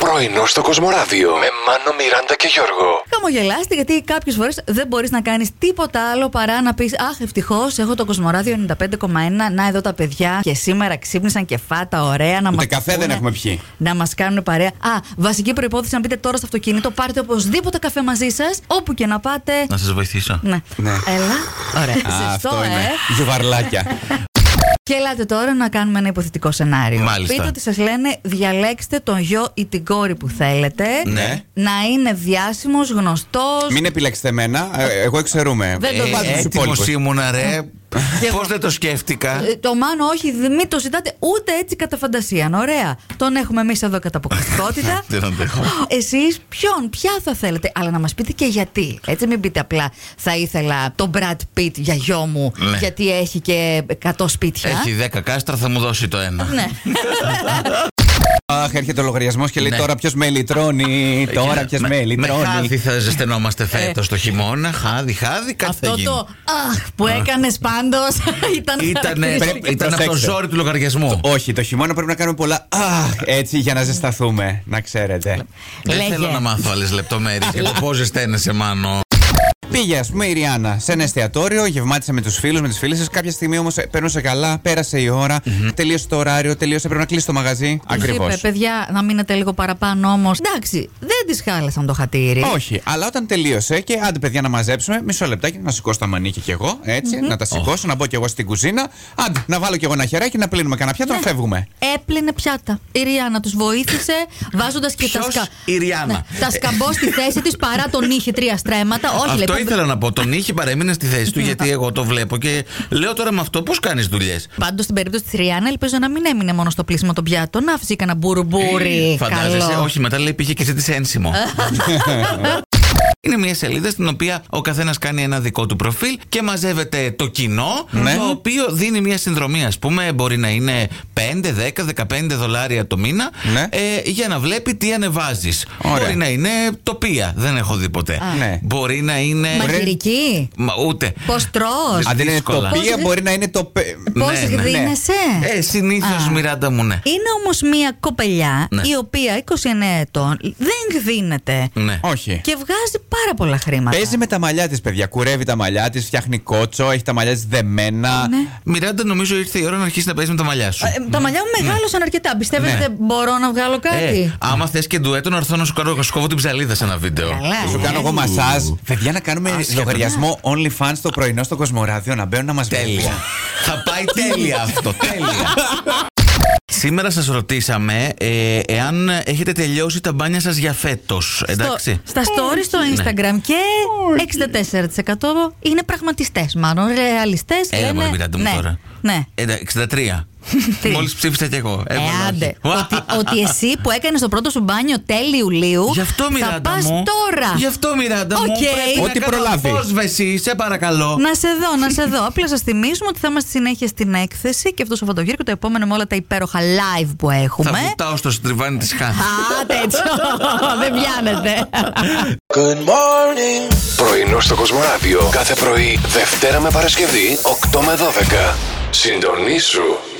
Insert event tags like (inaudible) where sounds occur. Πρωινό στο Κοσμοράδιο με Μάνο, Μιράντα και Γιώργο. Χαμογελάστε, γιατί κάποιες φορές δεν μπορείς να κάνεις τίποτα άλλο παρά να πεις Αχ, ευτυχώς έχω το Κοσμοράδιο 95,1. Να εδώ τα παιδιά και σήμερα ξύπνησαν και φάτα, ωραία να μα. Ούτε καφέ δεν έχουμε πιει. Να μας κάνουν παρέα. Α, βασική προπόθεση να μπείτε τώρα στο αυτοκίνητο, πάρτε οπωσδήποτε καφέ μαζί σας, όπου και να πάτε. Να σας βοηθήσω. Ναι. Ναι. Έλα. Ωραία. Α, (laughs) Ζεστό, αυτό είναι. ε. (laughs) Ζουβαρλάκια. Και ελάτε τώρα να κάνουμε ένα υποθετικό σενάριο. Μάλιστα. Πείτε ότι σας λένε διαλέξτε τον γιο ή την κόρη που θέλετε. Ναι. Να είναι διάσημος, γνωστός. Μην επιλέξετε εμένα. ε, Εγώ εξαιρούμε. Δεν το Ε, βάζω. Ε, τους Έτοιμος υπόλοιπους. ήμουνα, ρε. Πώς δεν το σκέφτηκα. Το μάνο, όχι, δε- μην το ζητάτε ούτε έτσι κατά φαντασία. Ωραία. Τον έχουμε εμείς εδώ κατά (laughs) αποκλειστικότητα. Ε, Δεν αντέχω. Εσείς ποιον, ποια θα θέλετε, αλλά να μας πείτε και γιατί. Έτσι, μην πείτε απλά θα ήθελα τον Brad Pitt για γιο μου, Ναι. γιατί έχει και 100 σπίτια. Έχει 10 κάστρα, θα μου δώσει το ένα. Ε, (laughs) Ναι. Αχ, έρχεται ο λογαριασμός και λέει Ναι. τώρα ποιος με λυτρώνει. Ε, Τώρα κοίτα, ποιος με- με Με χάδι λυτρώνει. θα ζεσθενόμαστε φέτος το χειμώνα. Χάδι, χάδι, κάτι (laughs) θα Ε. Αυτό γίνει. το αχ που έκανες πάντως (laughs) (laughs) ήταν. (laughs) Ήτανε, χαρακτηριστικό. ήταν από το Προσέξτε. ζόρι του λογαριασμού. Όχι, το χειμώνα πρέπει να κάνουμε πολλά. Αχ, έτσι για να ζεσταθούμε. Να ξέρετε. Δεν Λέγε. θέλω να μάθω άλλες λεπτομέρειες (laughs) για το πώς ζεσταίνεσαι, μάνο. Πήγε, ας πούμε, η Ριάννα σε ένα εστιατόριο, γευμάτισε με τους φίλους, με τις φίλες σα. Κάποια στιγμή όμως περνούσε καλά, πέρασε η ωρα τελείωσε το ωράριο, τελείωσε. Πρέπει να κλείσει το μαγαζί. Τους Ακριβώ. Είπε, παιδιά, να μείνετε λίγο παραπάνω όμως. Εντάξει, δεν τη χάλασαν το χατήρι. Όχι, αλλά όταν τελείωσε και άντε παιδιά να μαζέψουμε, μισό λεπτάκι να σηκώσω τα μανίκια κι εγώ, έτσι, να τα σηκώσω, να μπω κι εγώ στην κουζίνα. Άντε, να βάλω κι εγώ ένα χεράκι, να πλύνουμε κανένα πιάτο, να Ναι. φεύγουμε. Έπλαινε πιάτα. Η Ριάννα τους βοήθησε, βάζοντας και τα Ποιος σκα. Ναι, η Ριάννα? τα σκαμπό στη θέση της παρά τον είχε τρία στρέμματα. Όχι, αυτό λοιπόν. ήθελα να πω. Τον είχε παρέμεινε στη θέση του, Ναι. γιατί εγώ το βλέπω και λέω τώρα με αυτό πώς κάνεις δουλειές. Πάντως στην περίπτωση της Ριάννα, ελπίζω να μην έμεινε μόνο στο πλήσιμο των πιάτων. Να αφήσει κανένα μπουρμπούρι. Ε, Φαντάζεσαι, καλό. όχι, μετά λέει πήγε και ζήτησε ένσημο. (laughs) Είναι μια σελίδα στην οποία ο καθένας κάνει ένα δικό του προφίλ και μαζεύεται το κοινό, Ναι. το οποίο δίνει μια συνδρομή. Ας πούμε, μπορεί να είναι 5, 10, 15 δολάρια το μήνα, Ναι. ε, για να βλέπει τι ανεβάζεις. Ωραία. Μπορεί να είναι τοπία, δεν έχω δει ποτέ. Ναι. Μπορεί να είναι. Μαγειρική. Μα, ούτε. Πώς τρώ. Αν δεν είναι δύσκολα. τοπία, Πώς- Ε, μπορεί να είναι το. πε- Πώς ναι, ναι, ναι. δίνεσαι. Ε, συνήθως, Α. Μιράντα μου, ναι. Είναι όμως μία κοπελιά Ναι. η οποία 29 ετών δεν δίνεται. ναι. Όχι. Και βγάζει πάρα πολλά χρήματα. Παίζει με τα μαλλιά της, παιδιά. Κουρεύει τα μαλλιά της, φτιάχνει κότσο, έχει τα μαλλιά της δεμένα. Ναι. Μιράντα, νομίζω ήρθε η ώρα να αρχίσει να παίζει με τα μαλλιά σου. Ε, τα μαλλιά μου μεγάλωσαν αρκετά. Πιστεύετε Ναι. δεν μπορώ να βγάλω κάτι. Ε, άμα θες και ντουέτο, να έρθω να σου κάνω σκόβω την ψαλίδα σε ένα βίντεο. Καλά. Σου κάνω εγώ ε. μασάζ. Παιδιά, να κάνουμε Άσχετο. λογαριασμό OnlyFans στο πρωινό στο Κοσμοράδιο να μπαίνουν να μας Τέλεια. Θα πάει τέλεια αυτό. Τέλεια. Σήμερα σας ρωτήσαμε ε, εάν έχετε τελειώσει τα μπάνια σας για φέτος, εντάξει. Ναι. Στο- στα stories στο Instagram και 64% είναι πραγματιστές, μάλλον ρεαλιστές. Έλα μωρέ Μιράντα μου ναι, τώρα. Ναι. Εντάξει, 63. (laughs) Τι? Μόλις ψήφισα κι εγώ. Ε, Έβαλα όχι. άντε. Ουα. ότι, ότι εσύ που έκανες το πρώτο σου μπάνιο τέλη Ιουλίου. Γι' αυτό θα Μιράντα πας μου. τώρα. Γι' αυτό Μιράντα μου. Οκ. Πρέπει Ό,τι να κάνω προλάβει. Απόσβεση, σε παρακαλώ. Να σε δω, να σε δω. Απλά σας θυμίζουμε ότι θα είμαστε συνέχεια στην έκθεση και αυτό το Σαββατοκύριακο το επόμενο με όλα τα υπέροχα live που έχουμε. Θα βουτάω στο στριβάνι της χάθης. Α, (laughs) τέτοιο. (laughs) Δεν πιάνετε. Πρωινό στο Κοσμοράδιο κάθε πρωί, Δευτέρα με Παρασκευή, 8 με 12. Συντονίσου.